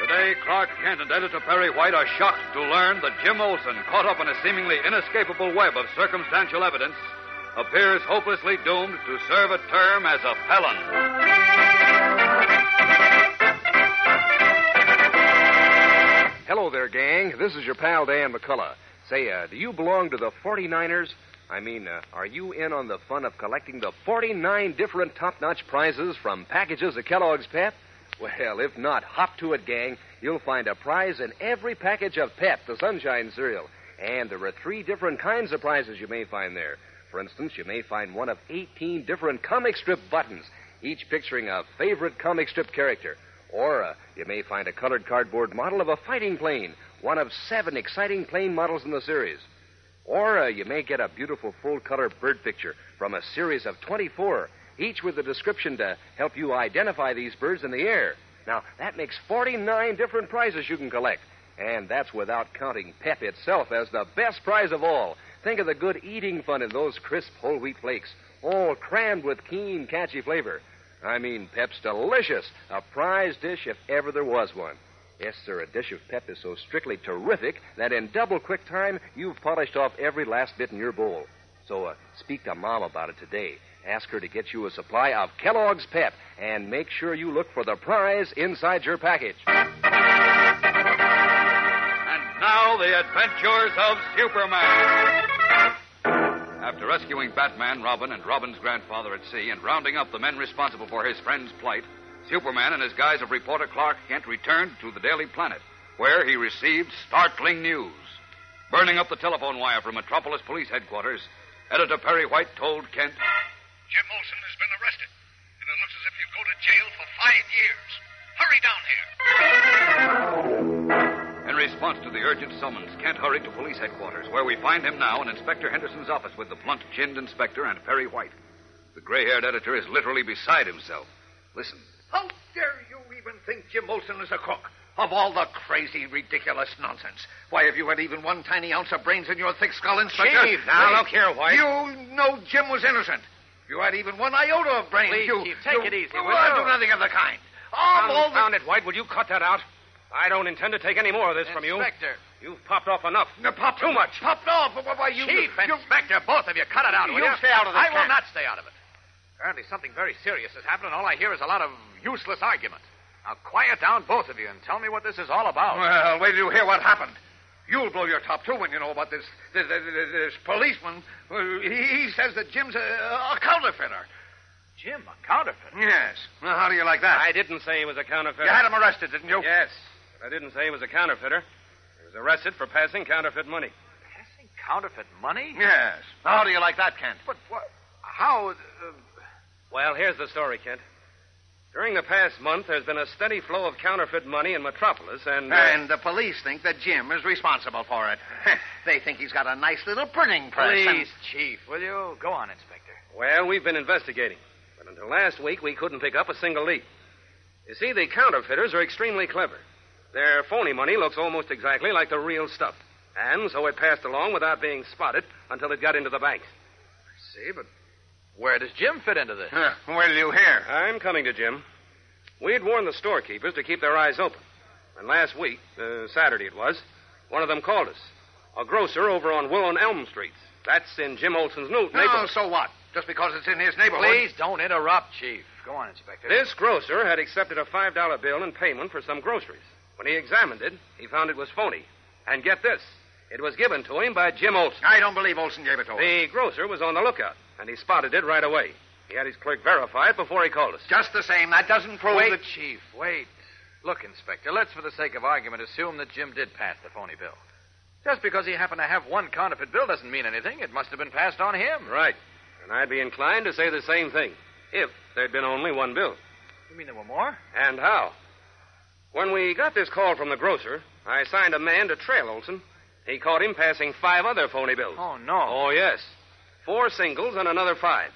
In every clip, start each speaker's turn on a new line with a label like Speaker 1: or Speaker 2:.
Speaker 1: Today, Clark Kent and editor Perry White are shocked to learn that Jim Olson, caught up in a seemingly inescapable web of circumstantial evidence, appears hopelessly doomed to serve a term as a felon.
Speaker 2: Hello there, gang. This is your pal, Dan McCullough. Say, uh, do you belong to the 49ers? I mean, uh, are you in on the fun of collecting the 49 different top notch prizes from packages of Kellogg's Pep? Well, if not, hop to it, gang. You'll find a prize in every package of Pep, the Sunshine Cereal. And there are three different kinds of prizes you may find there. For instance, you may find one of 18 different comic strip buttons, each picturing a favorite comic strip character. Or uh, you may find a colored cardboard model of a fighting plane, one of seven exciting plane models in the series. Or uh, you may get a beautiful full color bird picture from a series of 24, each with a description to help you identify these birds in the air. Now, that makes 49 different prizes you can collect. And that's without counting Pep itself as the best prize of all. Think of the good eating fun in those crisp whole wheat flakes, all crammed with keen, catchy flavor. I mean, Pep's delicious, a prize dish if ever there was one. Yes, sir, a dish of Pep is so strictly terrific that in double quick time you've polished off every last bit in your bowl. So uh, speak to Mom about it today. Ask her to get you a supply of Kellogg's Pep and make sure you look for the prize inside your package.
Speaker 1: And now, the adventures of Superman. After rescuing Batman, Robin, and Robin's grandfather at sea and rounding up the men responsible for his friend's plight, Superman, in his guise of reporter Clark Kent, returned to the Daily Planet, where he received startling news. Burning up the telephone wire from Metropolis Police Headquarters, editor Perry White told Kent.
Speaker 3: Jim Olson has been arrested, and it looks as if he'll go to jail for five years. Hurry down here.
Speaker 1: In response to the urgent summons, Kent hurried to police headquarters, where we find him now in Inspector Henderson's office with the blunt chinned inspector and Perry White. The gray haired editor is literally beside himself. Listen.
Speaker 3: How dare you even think Jim Olson is a crook? Of all the crazy, ridiculous nonsense. Why, have you had even one tiny ounce of brains in your thick skull, Inspector?
Speaker 4: Chief, now,
Speaker 3: Wait.
Speaker 4: look here, White.
Speaker 3: You know Jim was innocent. If you had even one iota of brains,
Speaker 4: Please,
Speaker 3: you...
Speaker 4: Chief, take
Speaker 3: you-
Speaker 4: it easy,
Speaker 3: You
Speaker 4: will
Speaker 3: I'll
Speaker 4: you?
Speaker 3: do nothing of the kind. Of all the...
Speaker 4: Confound it, White. Will you cut that out? I don't intend to take any more of this from you.
Speaker 3: Inspector.
Speaker 4: You've popped off enough.
Speaker 3: No, pop,
Speaker 4: Too much.
Speaker 3: Pop, no. but Why, you...
Speaker 4: Chief,
Speaker 3: you, Inspector, both of you, cut it out, will
Speaker 4: You
Speaker 3: you?
Speaker 4: stay out of this,
Speaker 3: I will
Speaker 4: Kent.
Speaker 3: not stay out of it. Apparently something very serious has happened, and all I hear is a lot of useless argument. Now, quiet down, both of you, and tell me what this is all about. Well, wait till you hear what happened. You'll blow your top, too, when you know about this this, this, this policeman. Uh, He he says that Jim's a, a counterfeiter.
Speaker 4: Jim, a counterfeit.
Speaker 3: Yes. Well, how do you like that?
Speaker 4: I didn't say he was a counterfeiter.
Speaker 3: You had him arrested, didn't you?
Speaker 4: Yes, but I didn't say he was a counterfeiter. He was arrested for passing counterfeit money.
Speaker 5: Passing counterfeit money?
Speaker 3: Yes. How do you like that, Kent?
Speaker 5: But what? How? Uh,
Speaker 4: Well, here's the story, Kent. During the past month, there's been a steady flow of counterfeit money in Metropolis, and. uh,
Speaker 3: And the police think that Jim is responsible for it. they think he's got a nice little printing press. and-
Speaker 5: please, Chief, will you go on, Inspector?
Speaker 4: Well, we've been investigating, but until last week, we couldn't pick up a single lead. You see, the counterfeiters are extremely clever. Their phony money looks almost exactly like the real stuff, and so it passed along without being spotted until it got into the banks.
Speaker 5: See, but where does Jim fit into this?
Speaker 3: Huh, Where do you hear?
Speaker 4: I'm coming to Jim. We'd warned the storekeepers to keep their eyes open, and last week, uh, Saturday it was, one of them called us. A grocer over on Willow and Elm Streets. That's in Jim Olson's
Speaker 3: No,
Speaker 4: new neighborhood.
Speaker 3: so what?
Speaker 6: just because it's in his neighborhood.
Speaker 3: Please don't interrupt, Chief. Go on, Inspector.
Speaker 4: This grocer had accepted a $5 bill in payment for some groceries. When he examined it, he found it was phony. And get this it was given to him by Jim Olson.
Speaker 6: I don't believe Olson gave it to him.
Speaker 4: The grocer was on the lookout, and he spotted it right away. He had his clerk verify it before he called us.
Speaker 6: Just the same, that doesn't prove
Speaker 3: Wait,
Speaker 6: that.
Speaker 3: Chief, wait. Look, Inspector, let's, for the sake of argument, assume that Jim did pass the phony bill. Just because he happened to have one counterfeit bill doesn't mean anything. It must have been passed on him.
Speaker 4: Right. And I'd be inclined to say the same thing if there'd been only one bill.
Speaker 3: You mean there were more?
Speaker 4: And how? When we got this call from the grocer, I assigned a man to trail Olson. He caught him passing five other phony bills.
Speaker 3: Oh, no.
Speaker 4: Oh, yes. Four singles and another five.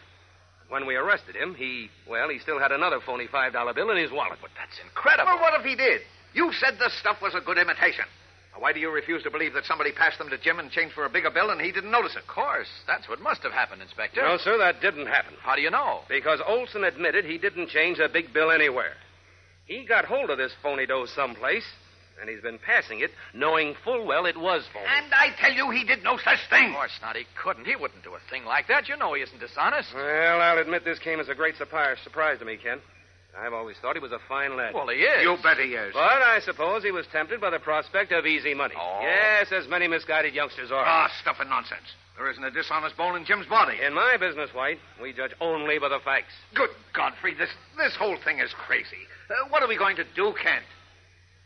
Speaker 4: When we arrested him, he, well, he still had another phony $5 bill in his wallet. But that's incredible.
Speaker 6: Well, what if he did? You said the stuff was a good imitation. Now, why do you refuse to believe that somebody passed them to Jim and changed for a bigger bill and he didn't notice it?
Speaker 3: Of course. That's what must have happened, Inspector.
Speaker 4: No, sir, that didn't happen.
Speaker 3: How do you know?
Speaker 4: Because Olson admitted he didn't change a big bill anywhere. He got hold of this phony dough someplace, and he's been passing it, knowing full well it was phony.
Speaker 6: And I tell you, he did no such thing.
Speaker 3: Of
Speaker 2: Oh,
Speaker 3: course not. He couldn't. He wouldn't do a thing like that. You know he isn't dishonest.
Speaker 4: Well, I'll admit this came as a great surprise, surprise to me, Ken. I've always thought he was a fine lad.
Speaker 3: Well, he is.
Speaker 6: You bet he is.
Speaker 4: but I suppose he was tempted by the prospect of easy money.
Speaker 3: Oh.
Speaker 4: Yes, as many misguided youngsters are.
Speaker 6: Ah, stuff and nonsense. There isn't a dishonest bone in Jim's body.
Speaker 4: In my business, White, we judge only by the facts.
Speaker 6: Good Godfrey, this this whole thing is crazy. Uh, what are we going to do, Kent?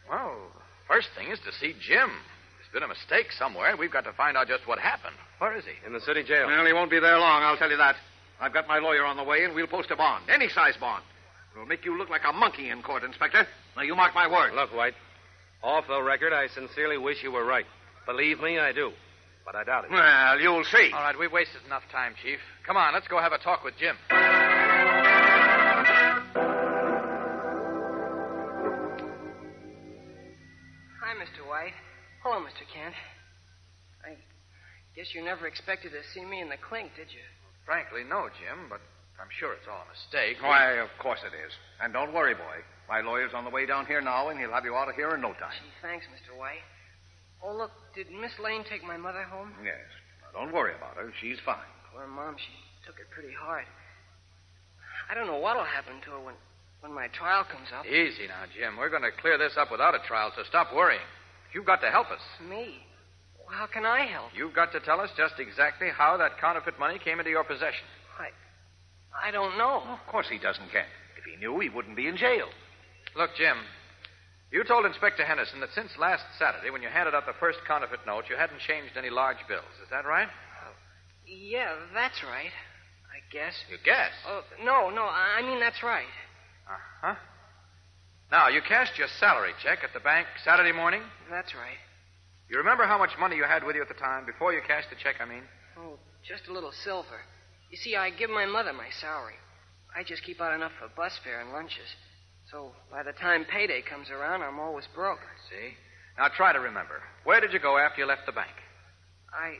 Speaker 3: Well, first thing is to see Jim. There's been a mistake somewhere. We've got to find out just what happened. Where is he?
Speaker 4: In the city jail.
Speaker 6: Well, he won't be there long, I'll tell you that. I've got my lawyer on the way, and we'll post a bond, any size bond. It'll make you look like a monkey in court, Inspector. Now, you mark my words.
Speaker 4: Look, White, off the record, I sincerely wish you were right. Believe me, I do. But I doubt it.
Speaker 6: Well, you'll see.
Speaker 3: All right, we've wasted enough time, Chief. Come on, let's go have a talk with Jim.
Speaker 7: Hi, Mr. White. Hello, Mr. Kent. I guess you never expected to see me in the clink, did you?
Speaker 3: Frankly, no, Jim, but I'm sure it's all a mistake.
Speaker 6: Why, of course it is. And don't worry, boy. My lawyer's on the way down here now, and he'll have you out of here in no time.
Speaker 7: Gee, thanks, Mr. White. Oh, look, did Miss Lane take my mother home?
Speaker 6: Yes. Now, don't worry about her. She's fine.
Speaker 7: Poor Mom, she took it pretty hard. I don't know what'll happen to her when, when my trial comes up.
Speaker 3: Easy now, Jim. We're going to clear this up without a trial, so stop worrying. You've got to help us.
Speaker 7: Me? Well, how can I help?
Speaker 3: You've got to tell us just exactly how that counterfeit money came into your possession.
Speaker 7: I, I don't know.
Speaker 6: Of course he doesn't, Kent. If he knew, he wouldn't be in jail.
Speaker 3: Look, Jim, you told Inspector Henderson that since last Saturday, when you handed out the first counterfeit note, you hadn't changed any large bills. Is that right?
Speaker 7: Yeah, that's right. I guess.
Speaker 3: You guess.
Speaker 7: Oh, no, no, I I mean, that's right.
Speaker 3: Uh huh. Now, you cashed your salary check at the bank Saturday morning.
Speaker 7: That's right.
Speaker 3: You remember how much money you had with you at the time, before you cashed the check, I mean?
Speaker 7: Oh, just a little silver. You see, I give my mother my salary. I just keep out enough for bus fare and lunches. So by the time payday comes around, I'm always broke.
Speaker 3: See? Now try to remember. Where did you go after you left the bank?
Speaker 7: I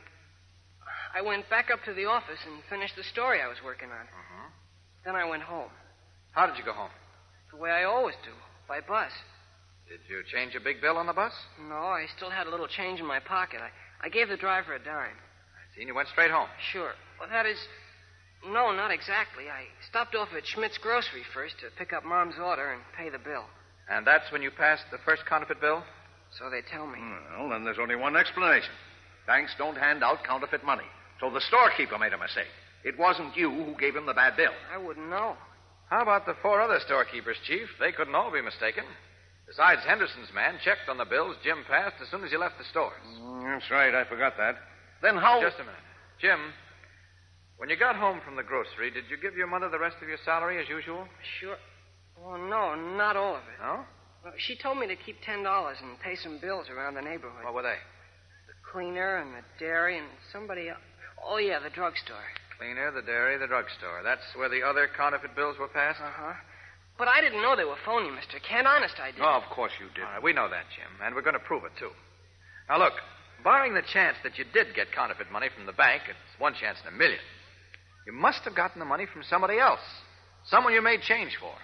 Speaker 7: I went back up to the office and finished the story I was working on. Then I went
Speaker 3: Mm-hmm.
Speaker 7: home,
Speaker 3: How did you go home?
Speaker 7: the way I always do, by bus.
Speaker 3: Did you change a big bill on the bus?
Speaker 7: No, I still had a little change in my pocket. I, I gave the driver a dime.
Speaker 3: I seen you went straight home.
Speaker 7: Sure. Well, that is. No, not exactly. I stopped off at Schmidt's grocery first to pick up Mom's order and pay the bill.
Speaker 3: And that's when you passed the first counterfeit bill?
Speaker 7: So they tell me.
Speaker 3: Hmm.
Speaker 6: Well, then there's only one explanation. Banks don't hand out counterfeit money. So the storekeeper made a mistake. It wasn't you who gave him the bad bill.
Speaker 7: I wouldn't know.
Speaker 3: How about the four other storekeepers, Chief? They couldn't all be mistaken. Besides, Henderson's man checked on the bills Jim passed as soon as he left the stores.
Speaker 6: Mm, That's right, I forgot that. Then how?
Speaker 3: Just a minute. Jim, when you got home from the grocery, did you give your mother the rest of your salary as usual?
Speaker 7: Sure. Well, no, not all of it.
Speaker 3: No?
Speaker 7: Well, She told me to keep ten dollars and pay some bills around the neighborhood.
Speaker 3: What were they?
Speaker 7: the cleaner and the dairy and somebody else. Oh yeah, the drugstore.
Speaker 3: Cleaner, the dairy, the drugstore. That's where the other counterfeit bills were passed?
Speaker 7: Uh huh. But I didn't know they were phony, Mister Kent. Honest, I didn't.
Speaker 6: Oh, of course you did.
Speaker 3: All right, we know that, Jim, and we're going to prove it, too. Now, look, barring the chance that you did get counterfeit money from the bank, it's one chance in a million. You must have gotten the money from somebody else, someone you made change for.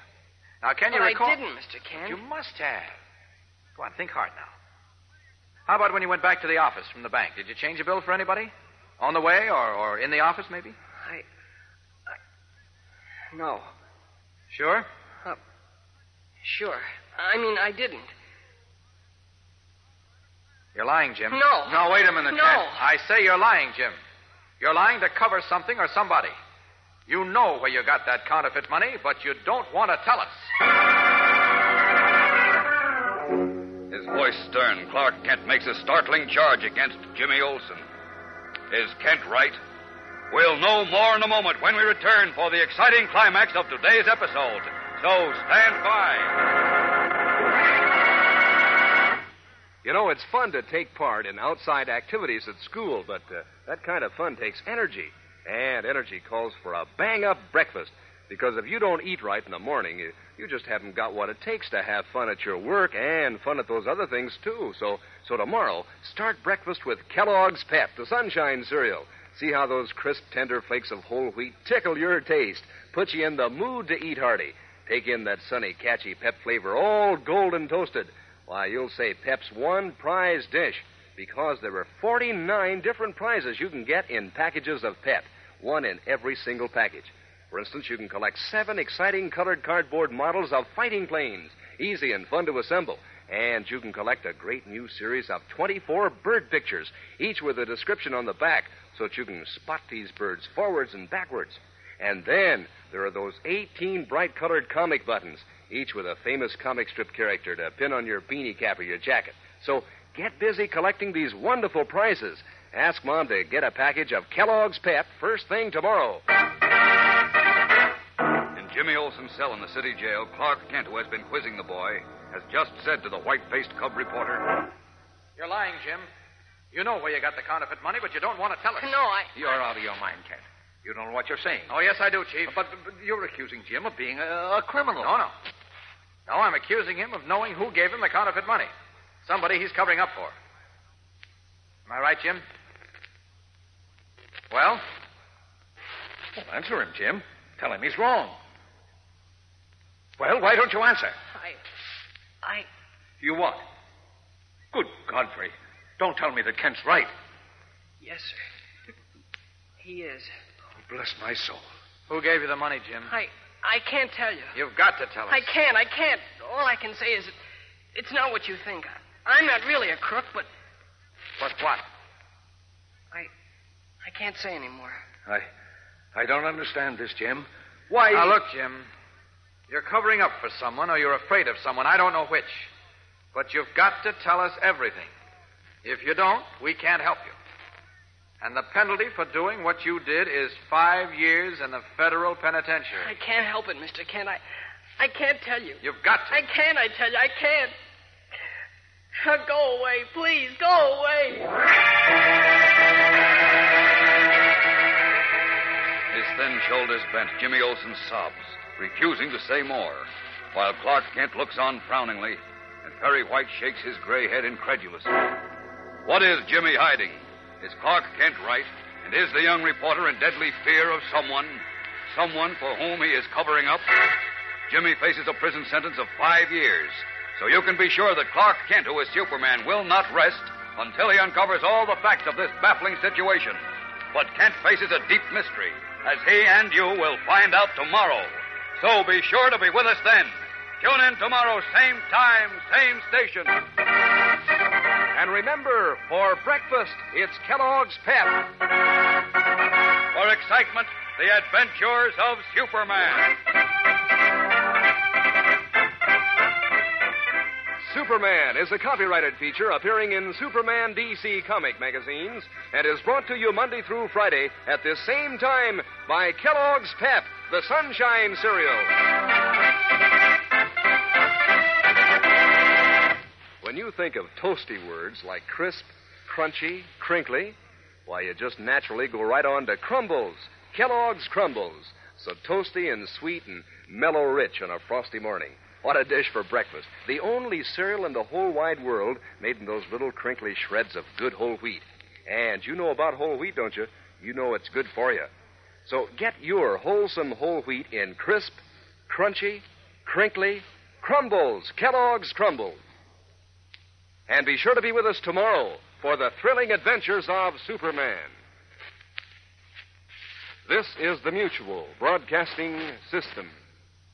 Speaker 3: Now, can
Speaker 7: but
Speaker 3: you
Speaker 7: I
Speaker 3: recall?
Speaker 7: didn't, Mister Kent.
Speaker 3: You must have. Go on, think hard now. How about when you went back to the office from the bank? Did you change a bill for anybody? On the way or, or in the office, maybe?
Speaker 7: I, No.
Speaker 8: Sure?
Speaker 7: Uh, sure. I mean, I didn't.
Speaker 3: You're lying, Jim.
Speaker 7: No.
Speaker 3: No, wait a minute,
Speaker 7: No.
Speaker 3: Chance. I say you're lying, Jim. You're lying to cover something or somebody. You know where you got that counterfeit money, but you don't want to tell us.
Speaker 2: His voice stern, Clark Kent makes a startling charge against Jimmy Olsen. Is Kent right? We'll know more in a moment when we return for the exciting climax of today's episode. So stand by.
Speaker 4: You know, it's fun to take part in outside activities at school, but uh, that kind of fun takes energy. And energy calls for a bang up breakfast. Because if you don't eat right in the morning, you, you just haven't got what it takes to have fun at your work and fun at those other things, too. So, so tomorrow, start breakfast with Kellogg's Pep, the sunshine cereal. See how those crisp, tender flakes of whole wheat tickle your taste, put you in the mood to eat hearty. Take in that sunny, catchy pep flavor, all golden toasted. Why, you'll say Pep's one prize dish because there are 49 different prizes you can get in packages of Pep, one in every single package. For instance, you can collect seven exciting colored cardboard models of fighting planes, easy and fun to assemble. And you can collect a great new series of 24 bird pictures, each with a description on the back, so that you can spot these birds forwards and backwards. And then there are those 18 bright colored comic buttons, each with a famous comic strip character to pin on your beanie cap or your jacket. So get busy collecting these wonderful prizes. Ask Mom to get a package of Kellogg's Pep first thing tomorrow.
Speaker 2: In Jimmy Olsen's cell in the city jail, Clark Kent, who has been quizzing the boy, has just said to the white faced cub reporter,
Speaker 3: You're lying, Jim. You know where you got the counterfeit money, but you don't want to tell us.
Speaker 7: No, I.
Speaker 6: You're out of your mind, Kent. You don't know what you're saying.
Speaker 3: Oh, yes, I do, Chief.
Speaker 6: But, but you're accusing Jim of being a, a criminal.
Speaker 3: No, no. No, I'm accusing him of knowing who gave him the counterfeit money. Somebody he's covering up for. Am I right, Jim? Well?
Speaker 6: Well, answer him, Jim. Tell him he's wrong. Well, why don't you answer?
Speaker 7: I. I.
Speaker 6: You what? Good Godfrey. Don't tell me that Kent's right.
Speaker 7: Yes, sir. He is.
Speaker 6: Oh, Bless my soul.
Speaker 3: Who gave you the money, Jim?
Speaker 7: I. I can't tell you.
Speaker 3: You've got to tell us.
Speaker 7: I can't. I can't. All I can say is it, it's not what you think. I'm not really a crook, but
Speaker 3: But what?
Speaker 7: I. I can't say anymore.
Speaker 6: I I don't understand this, Jim. Why
Speaker 3: Now, look, Jim. You're covering up for someone, or you're afraid of someone. I don't know which. But you've got to tell us everything. If you don't, we can't help you. And the penalty for doing what you did is five years in the federal
Speaker 7: I
Speaker 3: penitentiary.
Speaker 7: can't help it, Mr. Kent. I. I can't tell you.
Speaker 3: You've got to.
Speaker 7: I can't, I tell you. I can't. Go away, please. Go away.
Speaker 2: his thin shoulders bent, Jimmy Olsen sobs, refusing to say more, while Clark Kent looks on frowningly, and Perry White shakes his gray head incredulously. What is Jimmy hiding? Is Clark Kent right? And is the young reporter in deadly fear of someone? Someone for whom he is covering up? Jimmy faces a prison sentence of five years. So you can be sure that Clark Kent, who is Superman, will not rest until he uncovers all the facts of this baffling situation. But Kent faces a deep mystery, as he and you will find out tomorrow. So be sure to be with us then. Tune in tomorrow, same time, same station.
Speaker 4: And remember, for breakfast, it's Kellogg's Pep.
Speaker 2: For excitement, the adventures of Superman.
Speaker 4: Superman is a copyrighted feature appearing in Superman DC comic magazines and is brought to you Monday through Friday at this same time by Kellogg's Pep, the Sunshine Cereal. When you think of toasty words like crisp, crunchy, crinkly, why, you just naturally go right on to crumbles, Kellogg's Crumbles. So toasty and sweet and mellow rich on a frosty morning. What a dish for breakfast. The only cereal in the whole wide world made in those little crinkly shreds of good whole wheat. And you know about whole wheat, don't you? You know it's good for you. So get your wholesome whole wheat in crisp, crunchy, crinkly crumbles, Kellogg's Crumbles. And be sure to be with us tomorrow for the thrilling adventures of Superman. This is the Mutual Broadcasting System.